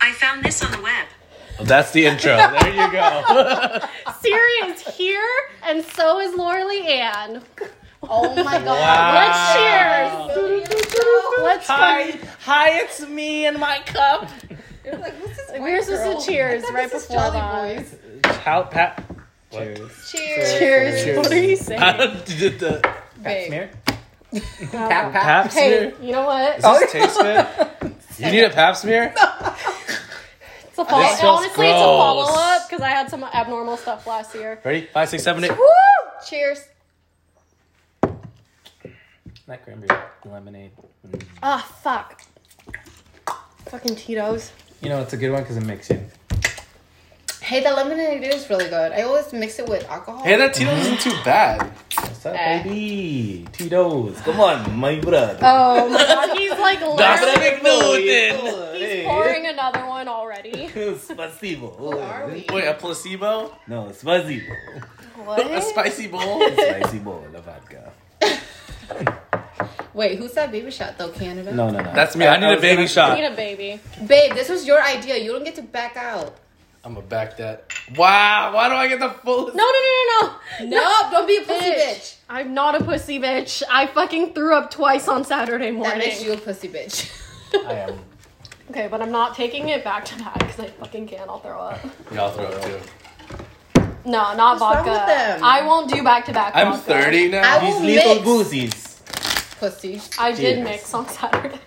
found this on the web. That's the intro. There you go. Siri is here, and so is Laura Lee Ann. Oh my god. Wow. Let's cheers. Let's Hi, hi, it's me and my cup. You're like, what's this We were supposed to cheers right before that. Boys. How, Pat? Cheers. Cheers. Cheers. Cheers. What are you saying? Pat did the Babe. smear. Pat, pat. Pap Hey, smear. you know what? Does this taste good? You need a pap smear? It's a follow. This smells Honestly, it's a follow gross. up because I had some abnormal stuff last year. Ready? Five, six, seven, eight. Woo! Cheers. Not cranberry, lemonade. Mm. Ah, fuck. Fucking Tito's. You know, it's a good one because it makes you. Hey, the lemonade is really good. I always mix it with alcohol. Hey, that Tito isn't too bad. What's up, Eh. baby? Tito's. Come on, my brother. Oh my god, he's like literally He's pouring another one already. Spasibo. Who are we? Wait, a placebo? No, spasibo. A spicy bowl? Spicy bowl of vodka. Wait, who's that baby shot though, Canada? No, no, no. That's me. I, need a baby I shot. need a baby. Babe, this was your idea. You don't get to back out. I'm gonna back that. Wow, why do I get the full? No, no, no, no, no. No, don't be a pussy bitch. I'm not a pussy bitch. I fucking threw up twice on Saturday That makes morning. you a pussy bitch. I am. Okay, but I'm not taking it back to back because I fucking can't. I'll throw up. Y'all throw it too. No, not What's wrong vodka. with them? I won't do back to back. I'm 30 now. I These will little mix. boozies. Pussy. I did Cheers. mix on Saturday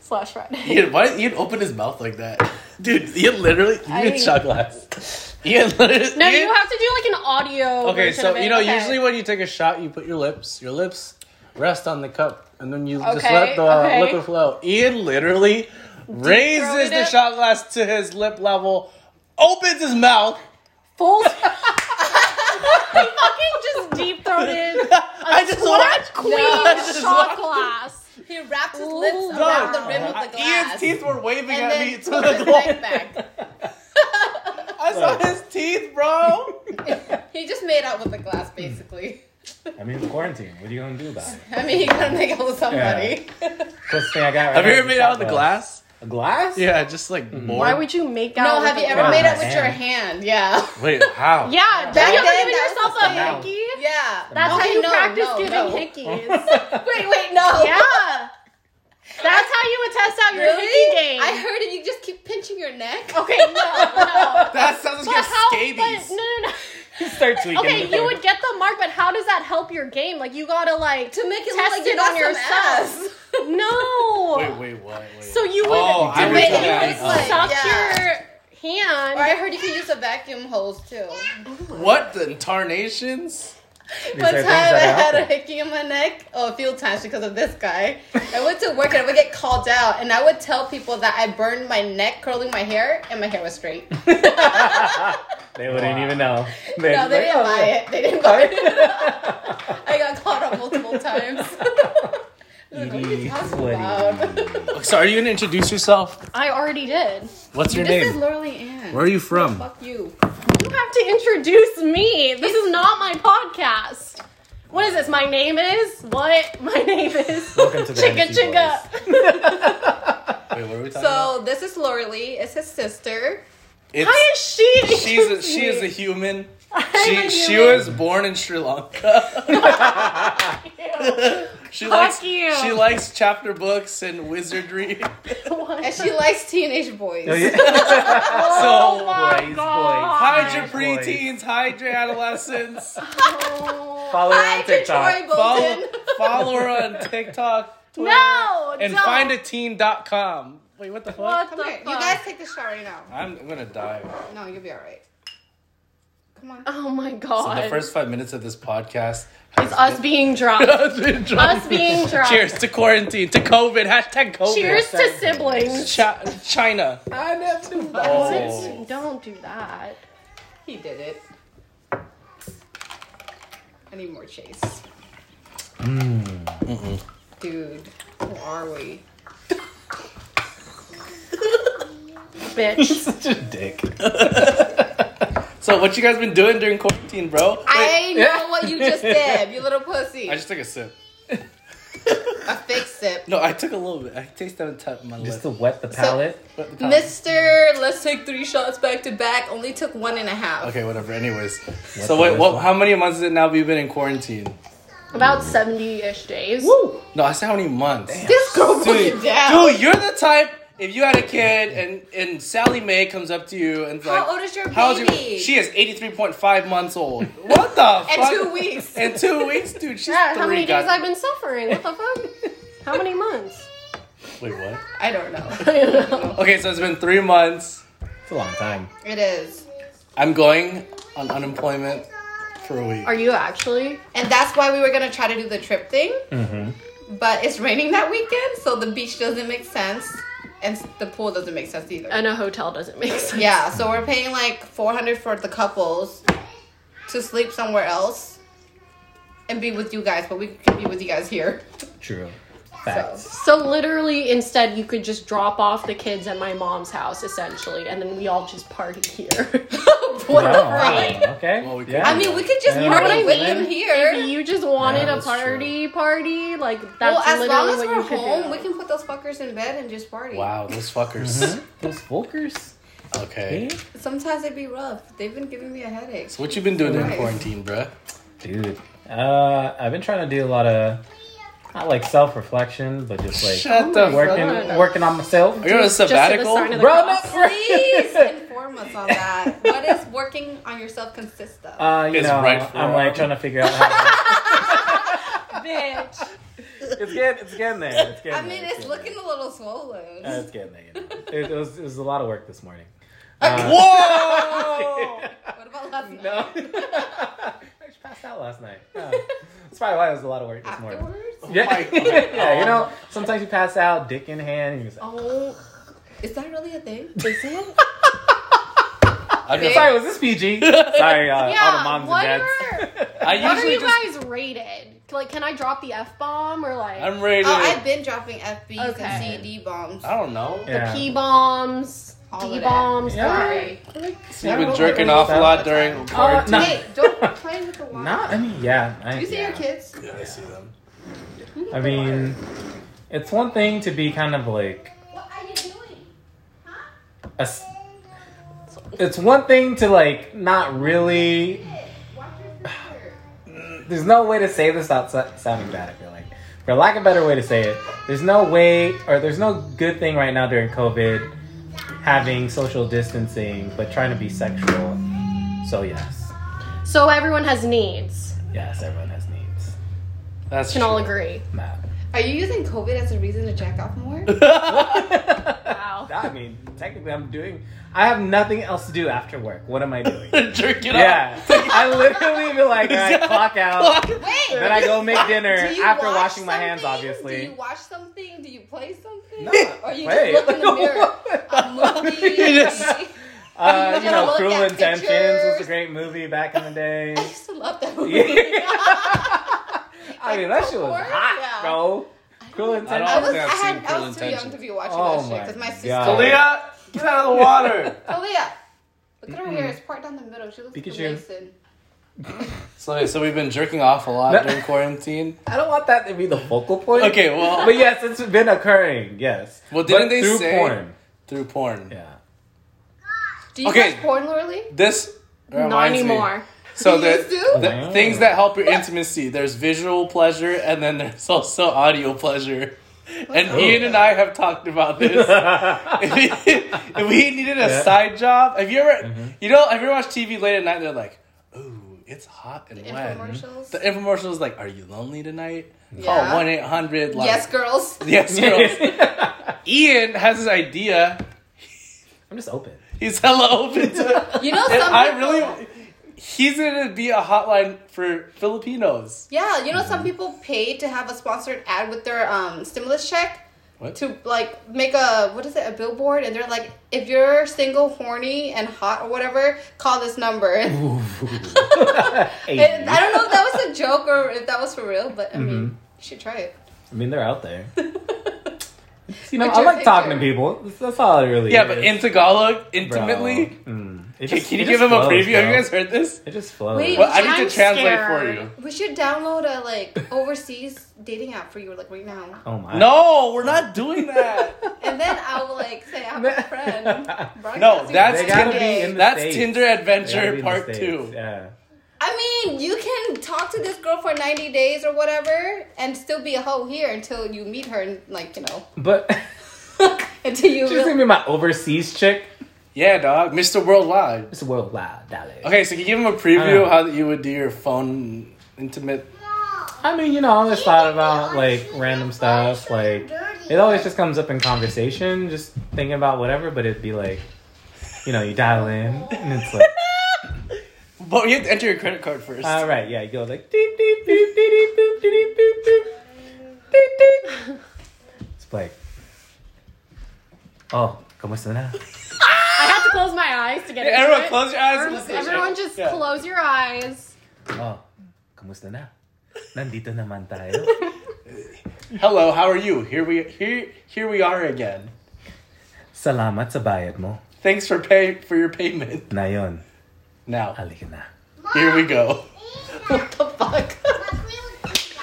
slash Friday. Ian, why did Ian open his mouth like that? Dude, Ian literally. You need a I- shot glass. Ian literally. No, Ian, you have to do like an audio. Okay, version so of it. you know, Okay. usually when you take a shot, you put your lips, your lips rest on the cup, and then you just Okay, let the uh, okay. liquid flow. Ian literally raises throated the it. shot glass to his lip level, opens his mouth. full. I fucking just deep throated I just watched queen shot glass. He wrapped his lips Ooh, around God. the rim of the Ian's glass. teeth were waving and at me. then To took his the glass. neck back. I saw his teeth, bro. He just made out with the glass, basically. I mean, quarantine. What are you gonna do about it? I mean, he gotta make out with somebody. First thing I got. Right Have you now ever is made a shot out of the glass? A glass? Yeah, just like more. Why would you make out? No, have with you a ever glass? made out my with your hand? Yeah. Wait, how? Yeah, did Back you ever then, give that yourself was a the mouth. hickey? Yeah. That's how Okay, you no, practice no, giving no. hickeys. Wait, wait, no. yeah, that's how you would test out your hickey game. I heard it. You just keep pinching your neck. Okay, no, no. That sounds But like how? you have But scabies. no, no, Start no. tweaking. Okay, you would get the mark, but how does that help your game? Like you gotta like To make it Test look like it you got on yourself. some ass. no. Wait, wait, what? Wait. So you would Oh, I you was would thinking like, that. Oh. suck Yeah. your hand. Or I heard you could use a vacuum hose too. what the tarnations? One time I had a hickey in my neck, oh, a few times because of this guy. I went to work and I would get called out, and I would tell people that I burned my neck curling my hair, and my hair was straight. No, They wouldn't even know. they didn't buy it. They didn't buy it. I got called out multiple times. Edie, That's Woody. loud. So Oh, are you gonna introduce yourself? I already did. What's your This is name? Lorelei Ann. Where are you from? Fuck you. You have to introduce me. This is not my podcast. What is this? My name is what? My name is Welcome to the Chicka Hennessy Chicka. Wait, what are we talking So this is Lorelei. It's his sister. It's, Why is she? she's a, introducing she is a me? human. She I'm a she human. was born in Sri Lanka. she likes you. she likes chapter books and wizardry. And she likes teenage boys. Oh so my Oh boys, God. hide your Boys. preteens, hide your adolescents. Oh. Follow her Hi, on TikTok. Troy follow, Bolton. follow her on TikTok Twitter, No, and don't. findateen.com. Wait, what the fuck? What Come the here. fuck? You guys take the shower right now. I'm gonna die. No, you'll be all right. Come on. Oh my So god! the first five minutes of this podcast it's us being drunk. us being drunk. Cheers to quarantine, to COVID, hashtag COVID. Cheers to siblings. Chi- China. I never. Oh. Don't do that. He did it. I need more chase. Dude, who are we? Bitch. Such a dick. So what you guys been doing during quarantine, bro? Wait, I know what you just did, you little pussy. I just took a sip. a fake sip. No, I took a little bit. I tasted on top of my Just lips. to wet the palate. Mister, let's take three shots back to back. Only took one and a half. Okay, whatever. Anyways, the so wait, whistle? what? How many months has it now? We've been in quarantine. About 70 ish days. No, I said how many months. This girl Dude, fucking down. dude, you're the type. If you had a kid and and Sally Mae comes up to you and is How like, old is your "How old's baby?" She is eighty three point five months old. What the? In fuck? two weeks. In two weeks, dude. She's Yeah, three. how many days god- I've been suffering? What the fuck? How many months? Wait, what? I don't know. I don't know. Okay, so it's been three months. It's a long time. It is. I'm going on unemployment for a week. Are you actually? And that's why we were gonna try to do the trip thing. Mm-hmm. But it's raining that weekend, so the beach doesn't make sense, and s- the pool doesn't make sense either. And a hotel doesn't make sense. yeah, so we're paying like four hundred for the couples to sleep somewhere else and be with you guys, but we can be with you guys here. True. So. Facts. So literally, instead, you could just drop off the kids at my mom's house, essentially, and then we all just party here. What the Wow, fuck? Okay. Well, we could- yeah. I mean, we could just Yeah. party Right, with man. them if here. you just wanted Yeah, a that's true. party, party, like that's Well, as long literally as what we're you could home, do. we can put those fuckers in bed and just party. Wow, those fuckers. those Volkers. Mm-hmm. Okay. Sometimes it'd be rough. They've been giving me a headache. So what you been doing in Nice. quarantine, bruh? Dude. Uh, I've been trying to do a lot of not like self reflection, but just like Shut the working fuck up. working on myself. Are you on a to the sabbatical? sign of the- Bro, no, cross. bro. Please inform us on that. What is working on yourself consist of? Uh, you His know, right I'm forearm. like trying to figure out. How Bitch. to, it's getting, it's getting there. It's getting I mean, there, it's getting looking a little swollen. there. Uh, it's getting there. You know. it, it was, it was a lot of work this morning. Whoa! what about last night? No. I just passed out last night. Yeah. That's probably why it was a lot of work this morning. Afterwards? Yeah. Oh my God. yeah, you know, sometimes you pass out, dick in hand, and you just. Oh, Is that really a thing? is it? I, Big. Sorry, was this PG? Sorry, uh, all the moms what and are dads. I what are usually you just guys rated? Like, can I drop the f bomb or like I'm ready. To, Oh, I've been dropping FBs Okay. and CD bombs. I don't know. the Yeah. p bombs, All of d that. bombs? Yeah. Sorry. You've been jerking off a lot during Uh, quarantine. no. Hey, don't play with the wine. Not, I mean, yeah. I, Do you see yeah. your kids? Yeah, I see them. I mean, it's one thing to be kind of like What are you doing? a s- it's one thing to like not really there's no way to say this without so- sounding bad i feel like for lack of a better way to say it there's no way or there's no good thing right now during covid having social distancing but trying to be sexual so yes So everyone has needs. yes everyone has needs That's Can all true. agree. nah. Are you using COVID as a reason to jack off more? wow i mean technically i'm doing i have nothing else to do after work what am i doing Jerk it Yeah, I literally be like, all right, clock out. off. Wait. Then I go make dinner do you after watch washing my hands, something? obviously. Do you watch something? Do you play something? No, Or you wait. just look in the mirror? A movie? You just- uh, you You're know, gonna Cruel look at Intentions was a pictures. great movie back in the day. I used to love that movie. I mean, that shit was before? hot, Yeah. bro. Cruel I don't Intentions. was, I think I've had, seen I Cruel was too young to be watching Oh that shit my because my sister. God. Leah, get out of the water. Aaliyah, look at her hair. It's part down the middle. She looks like a Mm-hmm. Pikachu. Mason. so, okay, so we've been jerking off a lot No. during quarantine. I don't want that to be the focal point. Okay, well, But yes, it's been occurring. Yes. Well, didn't But they through say- porn? through porn. Yeah. Do you Okay. watch porn, Lorelei? This reminds Not me- anymore. So You the, used to? the Wow. things that help your intimacy, there's visual pleasure and then there's also audio pleasure. And Oh. Ian and I have talked about this. if, we, if we needed a Yeah. Mm-hmm. side job, have you ever, you know, have you ever watched TV late at night? They're like, ooh, it's hot and wet. Infomercials? The infomercial is like, are you lonely tonight? Yeah. Call one eight hundred. Yes, girls. yes, girls. Ian has this idea. I'm just open. He's hella open to it. You know And some I people. really, he's gonna be a hotline for Filipinos. yeah, you know some people pay to have a sponsored ad with their um, stimulus check. What? To like make a what is it a billboard and they're like if you're single horny and hot or whatever call this number. And Hey, I don't know if that was a joke or if that was for real, but I mean you should try it. I mean, they're out there. you know, What's I your like talking to picture? people. That's, that's all it really Yeah, is. but in Tagalog, Bro. intimately, Mm. It Can, just- can you it give just him a flows, preview? Have you bro. guys heard this? It just flows. Wait, Well, I need I'm to translate scared. for you. We should download a like overseas dating app for you, like right now, oh my. No, we're not doing that. and then I'll like say I'm a friend. No, that's They gotta Tinder. be in the That's States. Tinder They gotta be Adventure in the Part States, Two. Yeah. I mean, you can talk to this girl for 90 days or whatever and still be a hoe here until you meet her and, like, you know, But until you. she's real- gonna be my overseas chick. Yeah, dog, Mr. Worldwide. It's worldwide, dollar. Okay, so can you give him a I preview know. of how that you would do your phone intimate? I mean, you know, I always thought about like random stuff. Like it always just comes up in conversation, just thinking about whatever. But it'd be like, you know, you dial in, and it's like, But you have to enter your credit card first. all Ah, right, yeah, you go like deep, deep, deep, deep, deep, deep, deep, deep, deep, deep, deep. It's like, oh, como suena? I have to close my eyes to get Yeah, into everyone, it. close your eyes and Everyone- listen. Everyone just Yeah. close your eyes. Oh, como suena? Nandito naman tayo. Hello, how are you? Here we here here we are again. Salamat sa bayad mo. Thanks for pay for your payment. Nayon, Now halika na. here we go. What the fuck?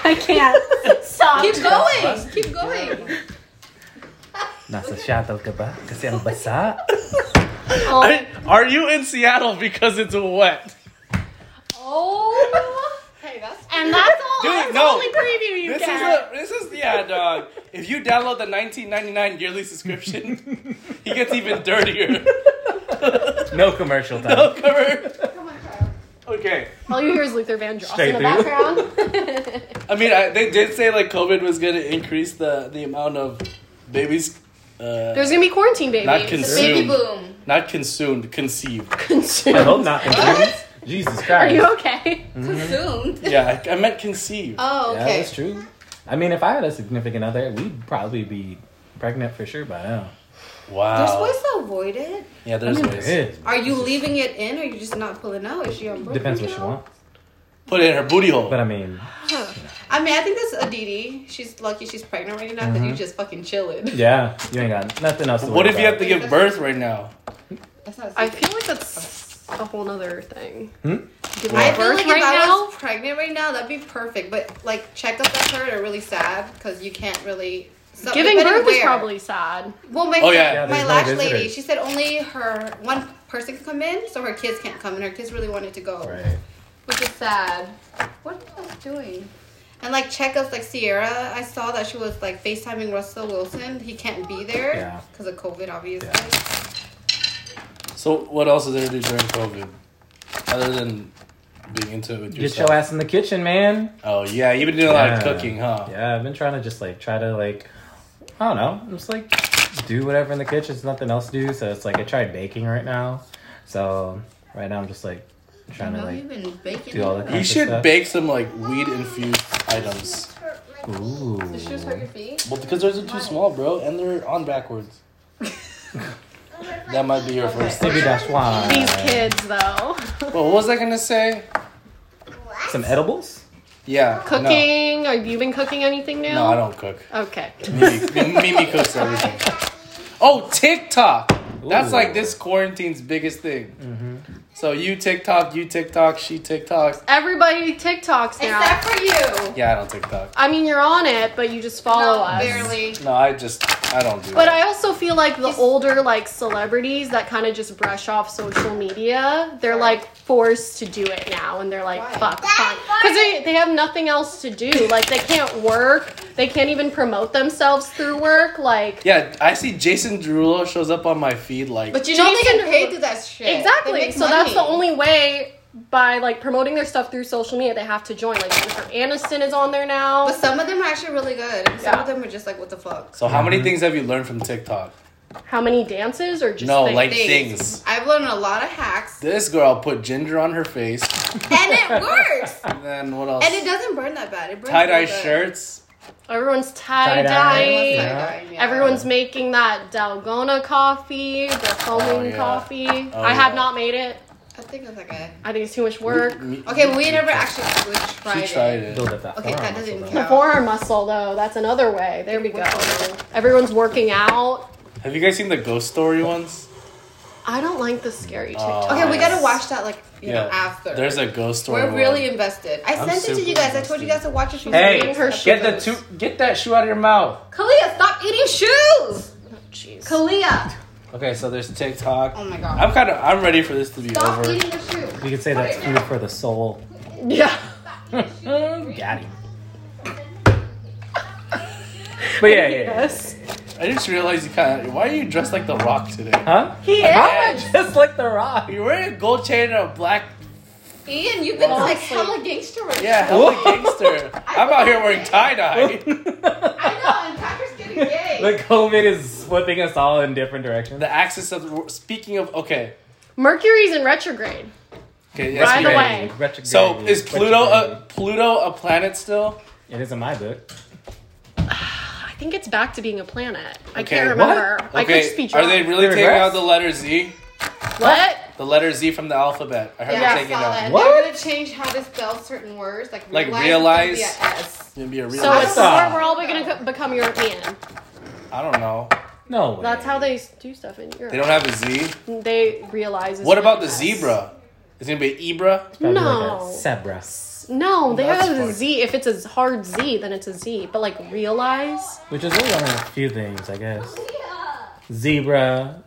I can't. Stop. Keep going! Keep going! Nasa shuttle ka ba? Kasi ang basa. Oh, Are you in Seattle because it's wet? oh. Hey, that's. And that's all. Dude, that's the no. only preview you This is a get. this is yeah, dog. If you download the 1999 yearly subscription, he gets even dirtier. No commercial time. I'll cover. Okay. all you hear is Luther Vandross Straight in the through. background. I mean, I, they did say like COVID was gonna increase the the amount of babies. Uh, There's gonna be quarantine babies. Not consumed. Baby boom. not consumed, conceived. I Consumed. hope not. Jesus Christ. Are you okay? Mm-hmm. Consumed. Yeah, I, I meant conceived. Oh, Yeah, okay. that's true. I mean, if I had a significant other, we'd probably be pregnant for sure by now. There's wow. ways to avoid it. yeah, I there's mean, ways. it Are you leaving it in or are you just not pulling out? Is she on birth depends what control? you want. Put it in her booty hole. But I mean, Huh. I mean, I think that's Aditi. She's lucky she's pregnant right now Mm-hmm. because you just fucking chilling. yeah, you ain't got nothing else to what worry if you have about. to give birth right now? That's not I feel like that's a whole nother thing. Hmm? Giving I feel birth like if right I now. was pregnant right now, that'd be perfect. But like checkups I've heard are really sad because you can't really. so- Giving depending birth is where. probably sad. Well, my Oh, yeah. Yeah, my there's no last lady, visitors. she said only her one person could come in, so her kids can't come, and her kids really wanted to go, Right. which is sad. What are you guys doing? And like checkups, like Sierra, I saw that she was like FaceTiming Russell Wilson. He can't be Yeah. there because of COVID, obviously. So what else is there to do during COVID, other than being into it with Get yourself? your ass in the kitchen, man. Oh yeah, you've been doing a lot of Yeah. cooking, huh? Yeah, I've been trying to just like try to like I don't know, just like do whatever in the kitchen. There's nothing else to do, so it's like I tried baking right now. So right now I'm just like trying to like been baking. do all the You Lots of should stuff. bake some like weed infused items. ooh. Does shoes hurt your feet? Well, because those are too small, bro, and they're on backwards. That might be your first. Maybe that's why. These kids, though. Well, what was I gonna say? Some edibles? Yeah. no. Cooking? Have you been cooking anything new? No, I don't cook. Okay. Mimi, Mimi cooks everything. Oh, TikTok. That's Ooh. Mm-hmm. like this quarantine's biggest thing. So you TikTok, you TikTok, she TikTok. Everybody TikToks now. Except for you. Yeah, I don't TikTok. I mean, you're on it, but you just follow No, us. barely. No, I just I don't do. But that. I also feel like the older like celebrities that kind of just brush off social media, they're like forced to do it now, and they're like, Why? "Fuck, fine," because they they have nothing else to do. Like they can't work, they can't even promote themselves through work. Like yeah, I see Jason Derulo shows up on my feed like. But you know they Jason get paid Derulo- through that shit. They exactly. make So that's the money. only way by like promoting their stuff through social media, they have to join. Like Jennifer Aniston is on there now. But some of them are actually really good. and Some Yeah. of them are just like, what the fuck? so how Mm-hmm. many things have you learned from TikTok? How many dances or just No, things? like things. I've learned a lot of hacks, and This girl put ginger on her face, it works. and then what else? and it doesn't burn that bad. It burns Tie dye real good. shirts. everyone's tie Tie-dye. Everyone's dye. Yeah. tie-dye, yeah. Everyone's making that Dalgona coffee, the foaming Oh, yeah. coffee. Oh, I have yeah. not made it. I think it's like a. I think it's too much work. Me- Okay, we never actually we tried, Mm, She tried it. Build up that Okay, forearm that doesn't muscle, count. The forearm muscle, though, that's another way. There we go. Everyone's working out. Have you guys seen the ghost story ones? I don't like the scary Oh. TikTok. Okay, we gotta watch that like you know Yeah. after. There's a ghost story. We're one. really invested. I I'm sent it to super you guys. I told you guys to watch it. She was Hey, eating her Get the shoes. two, get that shoe out of your mouth. Kalia, stop eating shoes. Jeez. Kalia. Okay, so there's TikTok. Oh my god. I'm kind of. I'm ready for this to be Stop over. eating the shoe. We could say that's food for the soul. yeah. Got him. But yeah, yeah, yeah. Yes. I just realized you kind of. Why are you dressed like The Rock today? Huh? He How is. am I just like The Rock? You're wearing a gold chain and a black. Ian, you've been like Honestly. hella gangster right Yeah, Whoa. hella gangster. I'm out here wearing tie dye. now. I know, and Patrick's getting gay. The COVID is flipping us all in different directions. The axis of. Speaking of. Okay. Mercury's in retrograde. Okay. Yes, By the you're way. right. Retrograde. So is Pluto a Retrograde. Pluto a planet still? It is in my book. I think it's back to being a planet. I Okay, can't what? remember. I could just be Okay. drunk. Are they really They taking reversed? out the letter Z? what? The letter Z from the alphabet. I heard Yeah, they're I taking saw that. out. And What? They're gonna change how to spell certain words, like Like, realize. realize? It's gonna be a S. It's gonna be a real. So I it's saw. more we're all gonna co- become European. I don't know. No way. That's how they s- do stuff in Europe. They don't have a Z. They realize. it's What about the with us. zebra? Is it gonna be an Ibra? Probably No. Like a zebra. No, they That's have a funny. Z. If it's a hard Z, then it's a Z. But like realize. Which is really only a few things, I guess. Zebra.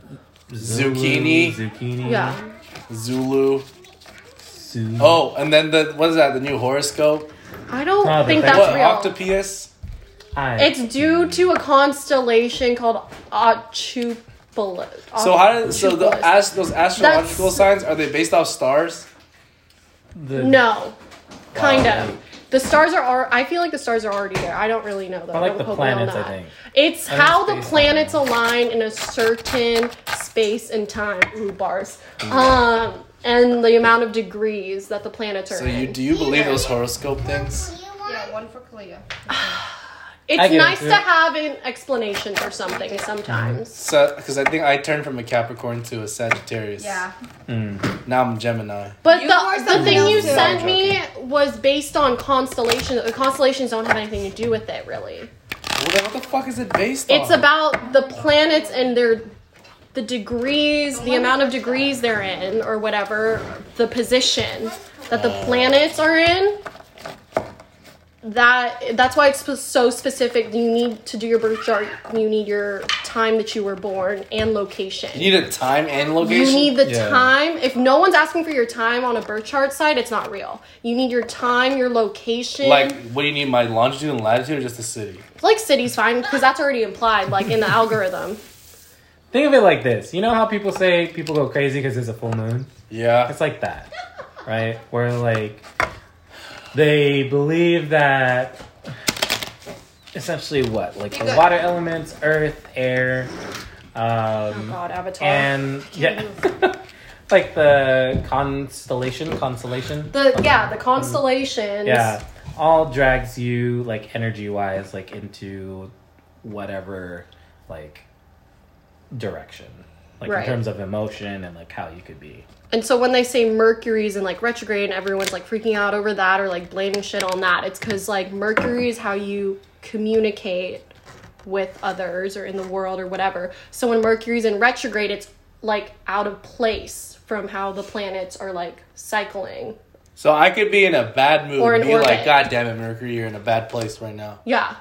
Zulu, Zucchini. Mm-hmm. Zucchini. Yeah. Zulu. Su- Oh, and then the what is that? The new horoscope? I don't No, but think they- that's what real. octopus? I. it's due to a constellation called Archipelago. So how did so the Archipelagos. as, those astrological That's- signs are they based off stars? the, No, kind Wow. of. The stars are. al- I feel like the stars are already there. I don't really know though. I like Don't the quote me on planets, I that. think. It's think how it's the based on- planets align in a certain space and time. Ooh, bars. Mm-hmm. Um, and the amount of degrees that the planets are So in. you do you believe those horoscope things? Yeah, one for Kalia. I it's get it, nice too. to have an explanation for something Mm-hmm. sometimes. So because I think I turned from a Capricorn to a Sagittarius. Hmm. Yeah. Now I'm Gemini. But You wore the, the something thing else you too. sent I'm me was based on constellations. The constellations don't have anything to do with it, really. What the, what the fuck is it based Oh. It's on? about the planets and their the degrees, the amount of degrees they're in, or whatever, the position that the planets are in. That that's why it's sp- so specific. You need to do your birth chart. You need your time that you were born and location. You need a time and location. You need the Yeah. time. If no one's asking for your time on a birth chart site, it's not real. You need your time, your location. like what do you need? My longitude and latitude, or just the city? like city's fine because that's already implied, like in the algorithm. Mm-hmm. Think of it like this. You know how people say people go crazy because there's a full moon? Yeah. It's like that, right? Where like they believe that essentially what, like the Because- water elements, earth, air, Oh um, God, Avatar. and yeah, like the constellation, constellation, the yeah, the constellations. yeah, all drags you like energy wise, like into whatever like direction, like Right. in terms of emotion and like how you could be. And so when they say Mercury's in like retrograde and everyone's like freaking out over that or like blaming shit on that, it's because like Mercury is how you communicate with others or in the world or whatever. So when Mercury's in retrograde, it's like out of place from how the planets are like cycling. So I could be in a bad mood Or and an be like, orbit. God damn it, Mercury, you're in a bad place right now. Yeah.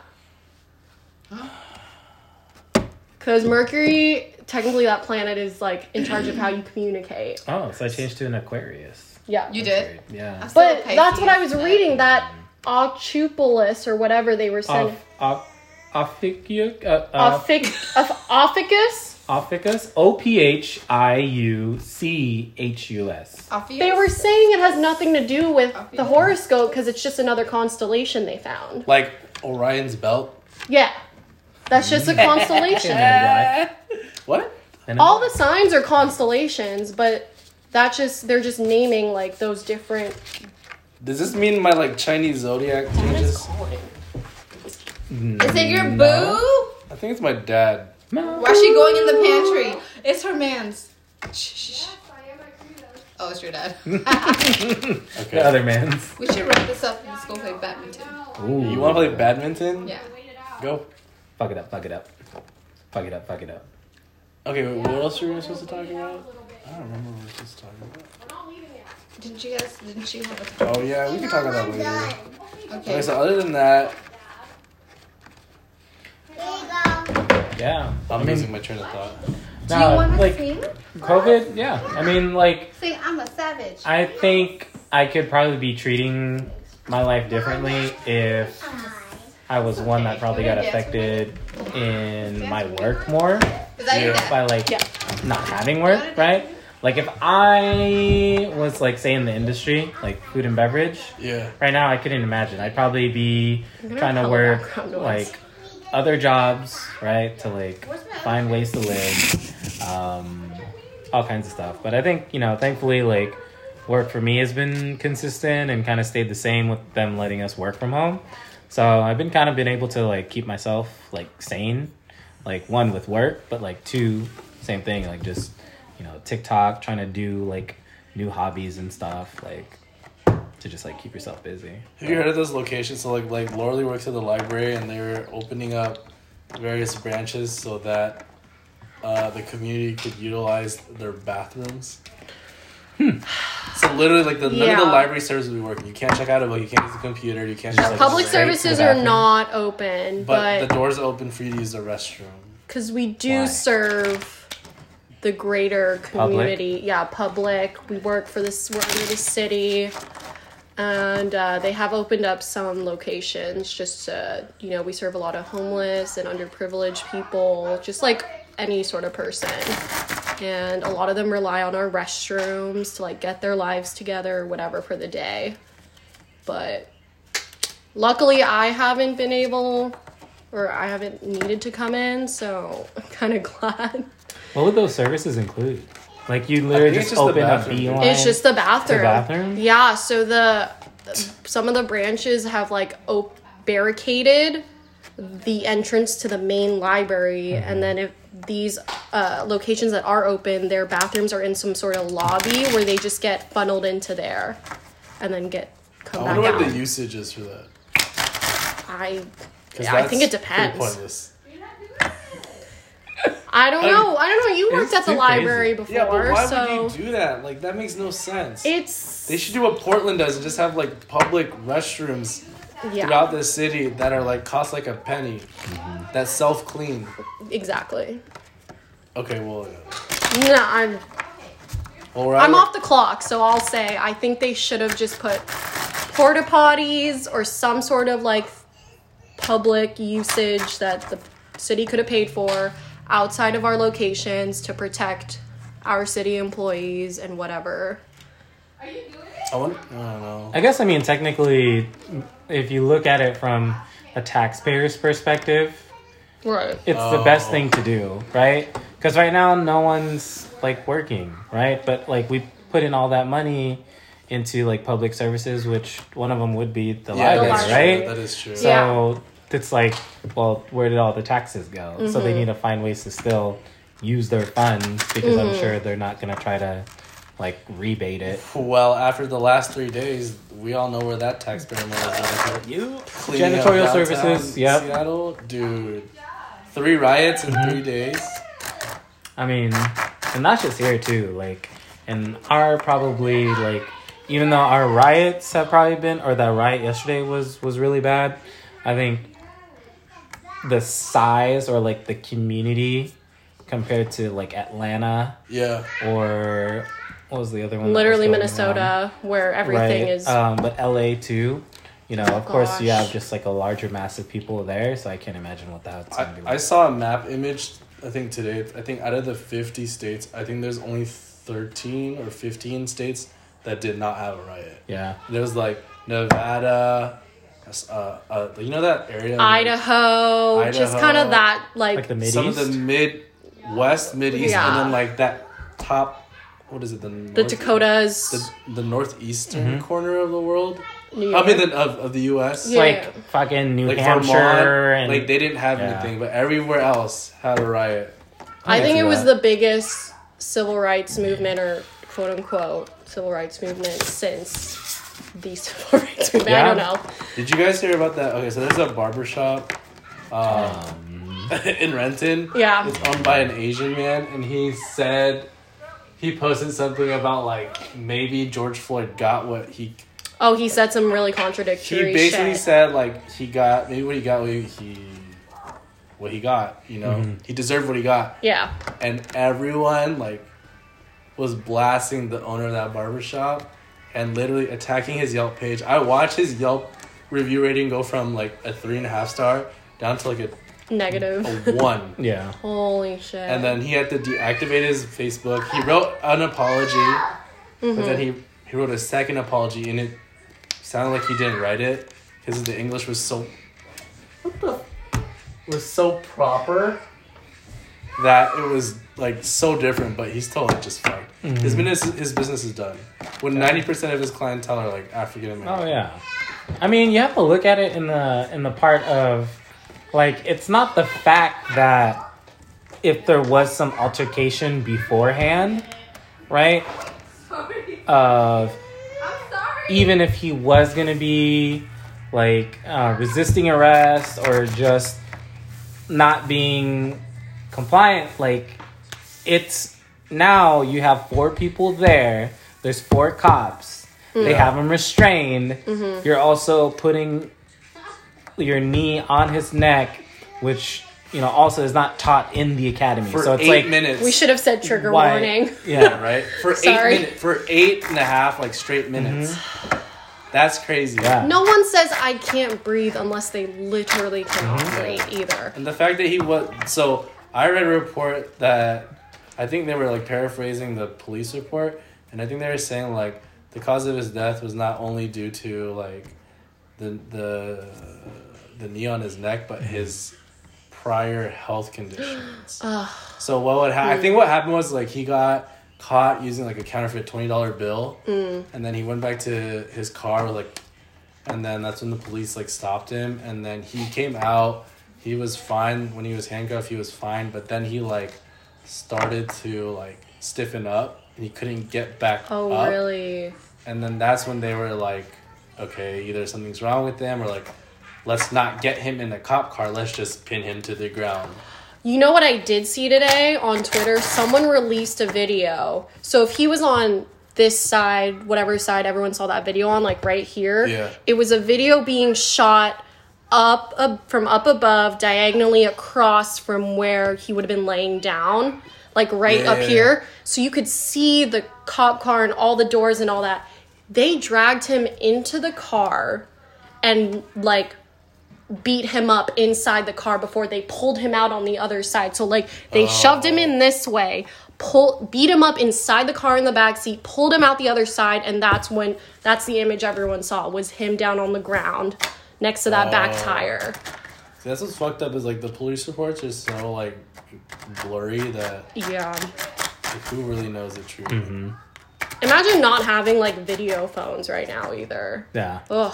Because Mercury, technically, that planet is like in charge of how you communicate. Oh, so I changed to an Aquarius. Yeah. You did. Yeah. But that's what I was reading that Octupolis or whatever they were saying. Of, of, Ophiuchus? Uh, Ophic of Ophicus. Ophicus? O P H I U C H U S. Off you. They were saying it has nothing to do with the Ophiuchus. horoscope because it's just another constellation they found. Like Orion's belt. Yeah. That's just a constellation. What? Uh, All the signs are constellations, but that just they're just naming like those different Does this mean my like Chinese zodiac changes? Is it your boo? I think it's my dad. Why is she going in the pantry? It's her man's. Shh, shh, shh. Oh, it's your dad. The Okay. other man's. we should wrap this up and just go play badminton. Ooh. you want to play badminton? Yeah. Go. Fuck it up, fuck it up. Fuck it up, fuck it up. Okay. Wait, what else are we supposed to talk about? I don't remember what this talking about. Didn't you guys? Didn't you have a Oh yeah, we can talk about that later. Okay. Okay, so other than that, Yeah. I'm I mean, losing my train of thought. Do you want to like sing? COVID. Yeah. I mean, like Sing I'm a savage. I think I could probably be treating my life differently if I was one that probably got affected in my work more. Is that your Yeah. dad? by like not having work, right? Like if I was like say in the industry, like food and beverage, Yeah. right now I couldn't imagine. I'd probably be gonna trying to have work background noise. like other jobs, right? To like find ways to live, um, all kinds of stuff. But I think you know, thankfully, like work for me has been consistent and kind of stayed the same with them letting us work from home. So I've been kind of been able to like keep myself like sane, like one with work, but like two, same thing, like just you know TikTok, trying to do like new hobbies and stuff, like to just like keep yourself busy. Have you heard of those locations? So like like Lorelei works at the library and they're opening up various branches so that uh, the community could utilize their bathrooms. Hmm. So literally like the none of the Yeah. library services will be working. You can't check out a book, you can't use a computer, you can't just like Public sit. straight to services the are bathroom. not open, But, but the doors are open for you to use the restroom. because we do Why? serve the greater community. Yeah, public. We work for this. We're under the city, and uh, they have opened up some locations. Just to, you know, we serve a lot of homeless and underprivileged people, just like any sort of person. And a lot of them rely on our restrooms to like get their lives together, or whatever for the day. But luckily, I haven't been able or I haven't needed to come in, so I'm kind of glad. What would those services include? Like you literally think it's just, just the open a bathroom. beeline. It's just the bathroom. The bathroom? Yeah, so the some of the branches have like op- barricaded the entrance to the main library and then if these uh, locations that are open their bathrooms are in some sort of lobby where they just get funneled into there and then get come I back wonder what out the usage is for that. i 'cause yeah, i that's think it pretty depends Pointless. i don't know i don't know you worked It's at the too crazy. library before Yeah, but why so would you do that? Like that makes no sense. it's they should do what Portland does and just have like public restrooms yeah throughout the city that are like cost like a penny Mm-hmm. that self clean. exactly Okay, well, uh, yeah. No, I'm well we're I'm out off the clock, so I'll say I think they should have just put porta potties or some sort of like public usage that the city could have paid for outside of our locations to protect our city employees and whatever. I, wonder- I don't know. I guess I mean technically, if you look at it from a taxpayer's perspective, Right. it's the best Oh. thing to do, right? Because right now no one's like working, right? But like we put in all that money into like public services, which one of them would be the library, that's that's right? true. That is true. So- So it's like, well, where did all the taxes go? So they need to find ways to still use their funds because I'm sure they're not gonna try to like rebate it. well, after the last three days, we all know where that taxpayer money is going. You Cleaning up Janitorial downtown services, yep. Seattle, dude. Three riots in three days. I mean, and that's just here too. Like, and our probably like, even though our riots have probably been, or that riot yesterday was was really bad. I think the size or like the community compared to like Atlanta Yeah. or what was the other one? that was Literally going on? Minnesota, where everything right? is. Um, but LA too. You know, of course, you gosh. have just like a larger mass of people there, so I can't imagine what that's gonna be I, I like. saw a map image, I think today. I think out of the 50 states, I think there's only 13 or 15 states that did not have a riot. yeah, There was like Nevada, uh, uh, you know that area? in, like, Idaho, just Idaho, kind of that, like, like the mid Some of the mid west, mid east, Yeah. and then like that top. What is it? The, the north- Dakotas, The, the northeastern Mm-hmm. corner of the world. New I York. mean, the, of, of the U.S. Yeah. like fucking New Like Hampshire Vermont, and like they didn't have yeah. anything, but everywhere else had a riot. I Yeah, think do it was uh, that. the biggest civil rights movement or quote unquote civil rights movement since the civil rights movement. I don't Yeah. know. Did you guys hear about that? Okay, so there's a barber shop um, in Renton. Yeah. It's owned by an Asian man, and he said he posted something about like maybe George Floyd got what he Oh, he said some really he contradictory basically shit. said like he got maybe what he got what he what he got you know he deserved what he got yeah. and everyone like was blasting the owner of that barbershop and literally attacking his Yelp page. I watched his Yelp review rating go from like a three and a half star down to like a, a Negative. one. Yeah. Holy shit. Oh. and then he had to deactivate his Facebook. He wrote an apology, but then he he wrote a second apology, and it sounded like he didn't write it because the English was so what the was so proper that it was like so different. But he's totally just fucked. Mm-hmm. His business his business is done. When ninety percent of his clientele are like African American. Oh yeah. I mean, you have to look at it in the in the part of like it's not the fact that if there was some altercation beforehand, right? Sorry. Of I'm sorry. even if he was gonna be like uh, resisting arrest or just not being compliant, like it's now you have four people there. There's four cops. They have him restrained. Mm-hmm. You're also putting your knee on his neck, which you know also is not taught in the academy. For so it's eight like minutes. we should have said trigger why- warning. Yeah, right? For Sorry. eight minutes, for eight and a half like straight minutes. That's crazy. Mm-hmm. yeah. No one says I can't breathe unless they literally cannot Mm-hmm. breathe either. And the fact that he was so I read a report that I think they were like paraphrasing the police report, and I think they were saying like the cause of his death was not only due to like the the the knee on his neck, but his prior health conditions. so what would happen? I think what happened was like he got caught using like a counterfeit twenty dollar bill, Mm. and then he went back to his car with like and then that's when the police like stopped him and then he came out he was fine when he was handcuffed he was fine but then he like started to like stiffen up and he couldn't get back Oh up really? and then that's when they were like okay either something's wrong with them or like let's not get him in the cop car let's just pin him to the ground You know what I did see today on Twitter? Someone released a video. So if he was on this side, whatever side everyone saw that video on, like right here, Yeah. it was a video being shot up ab- from up above, diagonally across from where he would have been laying down, like right up Yeah. here. So you could see the cop car and all the doors and all that. They dragged him into the car and like beat him up inside the car before they pulled him out on the other side. So like they shoved him in this way, pull beat him up inside the car in the back seat, pulled him out the other side, and that's when that's the image everyone saw was him down on the ground next to that back Oh. tire. See, that's what's fucked up is like the police reports are so like blurry that Yeah. like, who really knows the truth Imagine not having like video phones right now either. Yeah. Ugh.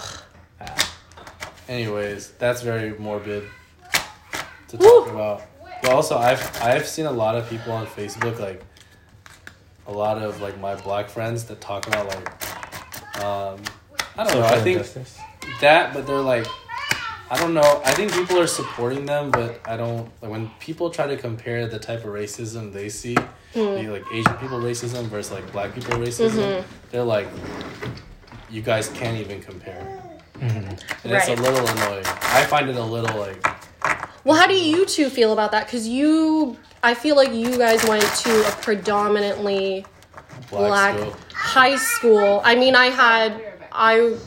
Anyways, that's very morbid to Woo. talk about. But also, I've I've seen a lot of people on Facebook, like a lot of like my black friends that talk about like, um, I don't know. I think Justice. that, but they're like, I don't know. I think people are supporting them, but I don't. Like when people try to compare the type of racism they see, Hmm. the, like Asian people racism versus like black people racism, Mm-hmm. they're like, you guys can't even compare. And it's Right. a little annoying. I find it a little like Well, how do you two feel about that? Because you, I feel like you guys went to a predominantly black. black school. high school. I mean, I had, I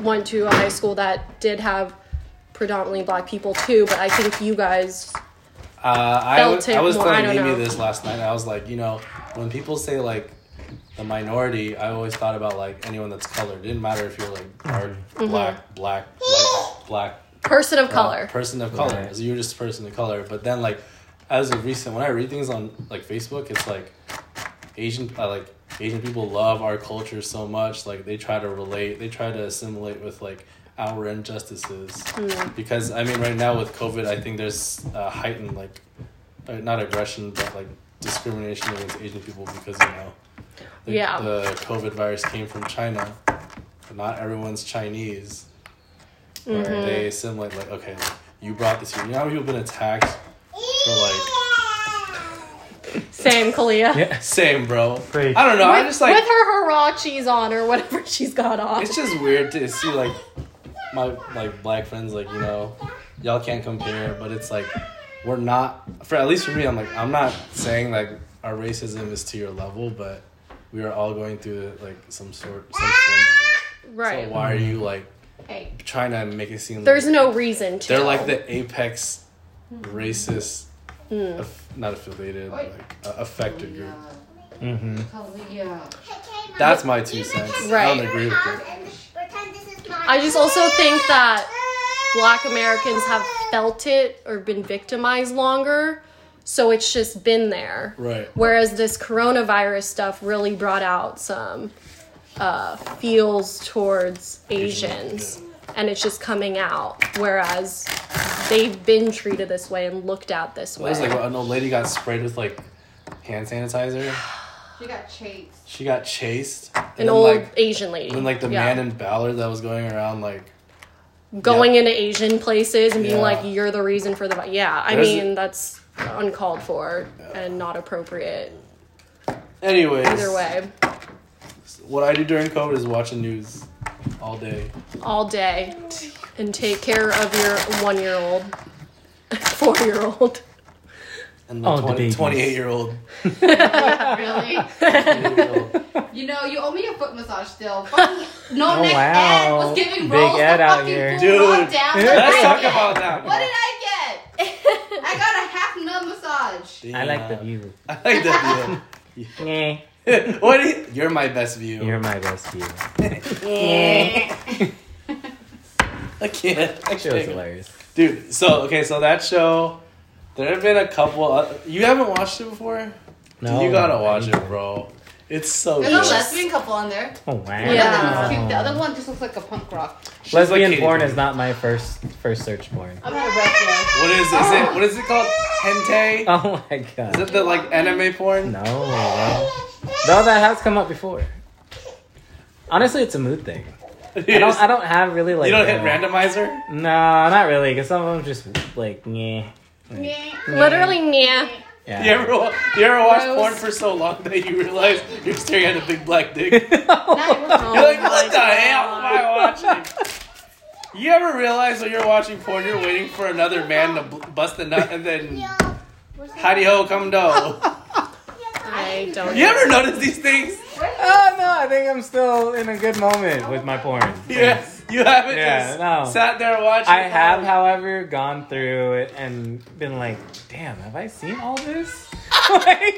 went to a high school that did have predominantly black people too, but I think you guys, Uh, I, felt was- it I was more- I telling don't Mimi know. this last night. I was like, you know, when people say like the minority, I always thought about like anyone that's colored. It didn't matter if you're like dark, Mm-hmm. black, black, black, black, person of uh, color. person of color. Right. So you're just a person of color. But then like as of recent, when I read things on like Facebook, it's like Asian uh, like Asian people love our culture so much. Like they try to relate, they try to assimilate with like our injustices. Mm. Because I mean, right now with COVID, I think there's uh, heightened like uh, not aggression, but like discrimination against Asian people because you know the, Yeah. the COVID virus came from China. But not everyone's Chinese. Or Mm-hmm. They assimilate like okay, like, you brought this here. You know how people have been attacked for like Same, Kalia. Yeah. Same, bro. Preach. I don't know. With, I'm just like with her her raw cheese on or whatever she's got on. it's just weird to see like my like black friends like you know y'all can't compare, but it's like we're not for at least for me. I'm like I'm not saying like our racism is to your level, but we are all going through like some sort some form. Of it. right. So why are you like Hey, trying to make it seem There's Mm. like no reason to. they're like the apex racist, Mm. aff- not affiliated, like, uh, affected group. Mm-hmm. That's my two cents. I Right. don't agree with it. I just also think that black Americans have felt it or been victimized longer, so it's just been there. Right. Whereas this coronavirus stuff really brought out some uh, feels towards Asians, and it's just coming out. Whereas they've been treated this way and looked at this Well, way. there's like an old lady got sprayed with like hand sanitizer. She got chased. She got chased. And An then, old like, Asian lady. and then like the Yeah. man in Ballard that was going around like going into Asian places and being Yeah. like, "You're the reason for the vi-" yeah." I There's- mean, that's uncalled for and not appropriate anyways either way. what I do during COVID is watching news all day. All day, and take care of your one-year-old, four-year-old. And Oh, the the twenty babies. twenty eight 28 year old. Really? you know, you owe me a foot massage still. Fucking no Oh, neck Ed wow. was giving Big rolls the Ed out fucking here. full Dude, rundown. What did Let's I talk get? about that. What did I get? I got a half nut massage. I like the view. I like the Yeah. view. what do you, you're my best view. You're my best view. I can't. I That shit was can't. hilarious. Dude, so okay, so that show, there have been a couple. Oth- you haven't watched it before? No, you gotta watch I- it, bro. It's so There's a good. lesbian couple on there. Oh wow. Yeah. That one's cute. The other one just looks like a punk rock. She's like Lesbian Katy porn Perry. is not my first first search porn. I'm not a lesbian. What is it? Is it what is it called? Hente? Oh my Is god. it the like anime porn? No. no. Though that has come up before. Honestly, it's a mood thing. I don't. I don't have really like. you don't hit uh, randomizer? No, not really. Cause some of them just like yeah. Literally, yeah. Yeah. You ever wa- you ever watch Gross. porn for so long that you realize you're staring at a big black dick? Oh, Not You're like, what the hell am I watching? You ever realize when you're watching porn, you're waiting for another man to bl- bust a nut and then howdy ho come do? I don't. You ever notice these things? Oh no, I think I'm still in a good moment with my porn. Yeah, you haven't Yeah, just no. sat there watching. I have, however, gone through it and been like, damn, have I seen all this? like,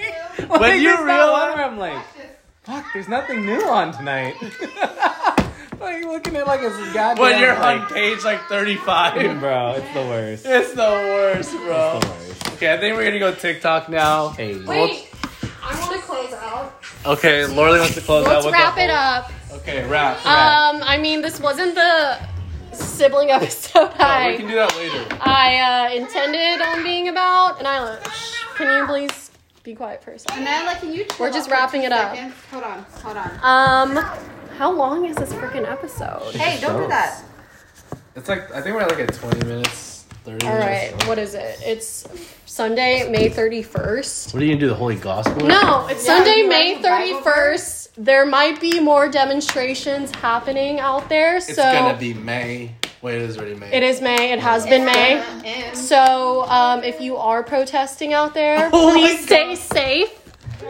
you like, there's not one realize- where I'm like, fuck, there's nothing new on tonight. like, looking at like it's a goddamn. When you're on like, page like 35, bro, it's the worst. It's it's the worst, bro. the worst. Okay, I think we're gonna go TikTok now. Hey, Wait, I want to close out. Okay, Lorelai wants to close out Let's with wrap the it whole- up. Okay, wrap. wrap. Um, I mean, this wasn't the sibling episode. Oh, I we can do that later. I uh, intended on being about, and I shh, can you please be quiet for a second? And then, like, can you? chill We're just out for wrapping two it up. seconds? Hold on, hold on. Um, how long is this freaking episode? Hey, don't do that. It's like I think we're at like at 20 minutes, 30 All right, what is it? It's Sunday, May thirty first. What are you gonna do? The Holy Gospel? No, it's Yeah, Sunday, you May writing Bible thirty first. There might be more demonstrations happening out there, It's so gonna be May. Wait, it is already May. it is May. It has been May. And So, um, if you are protesting out there, Oh my please stay God. safe.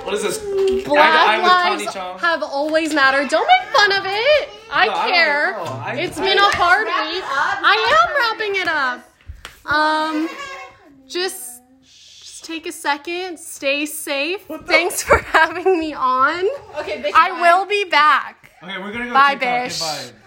What is this? I- I Black was Connie lives Chung. have always mattered. Don't make fun of it. I No, I don't care. know. I- It's I- been a hard Wrap it week. up. I am wrapping it up. Um, just, just take a second. Stay safe. Thanks for having me on. okay, bitch, I bye. will be back. Okay, we're gonna go. Bye, TikTok. Bish. Goodbye.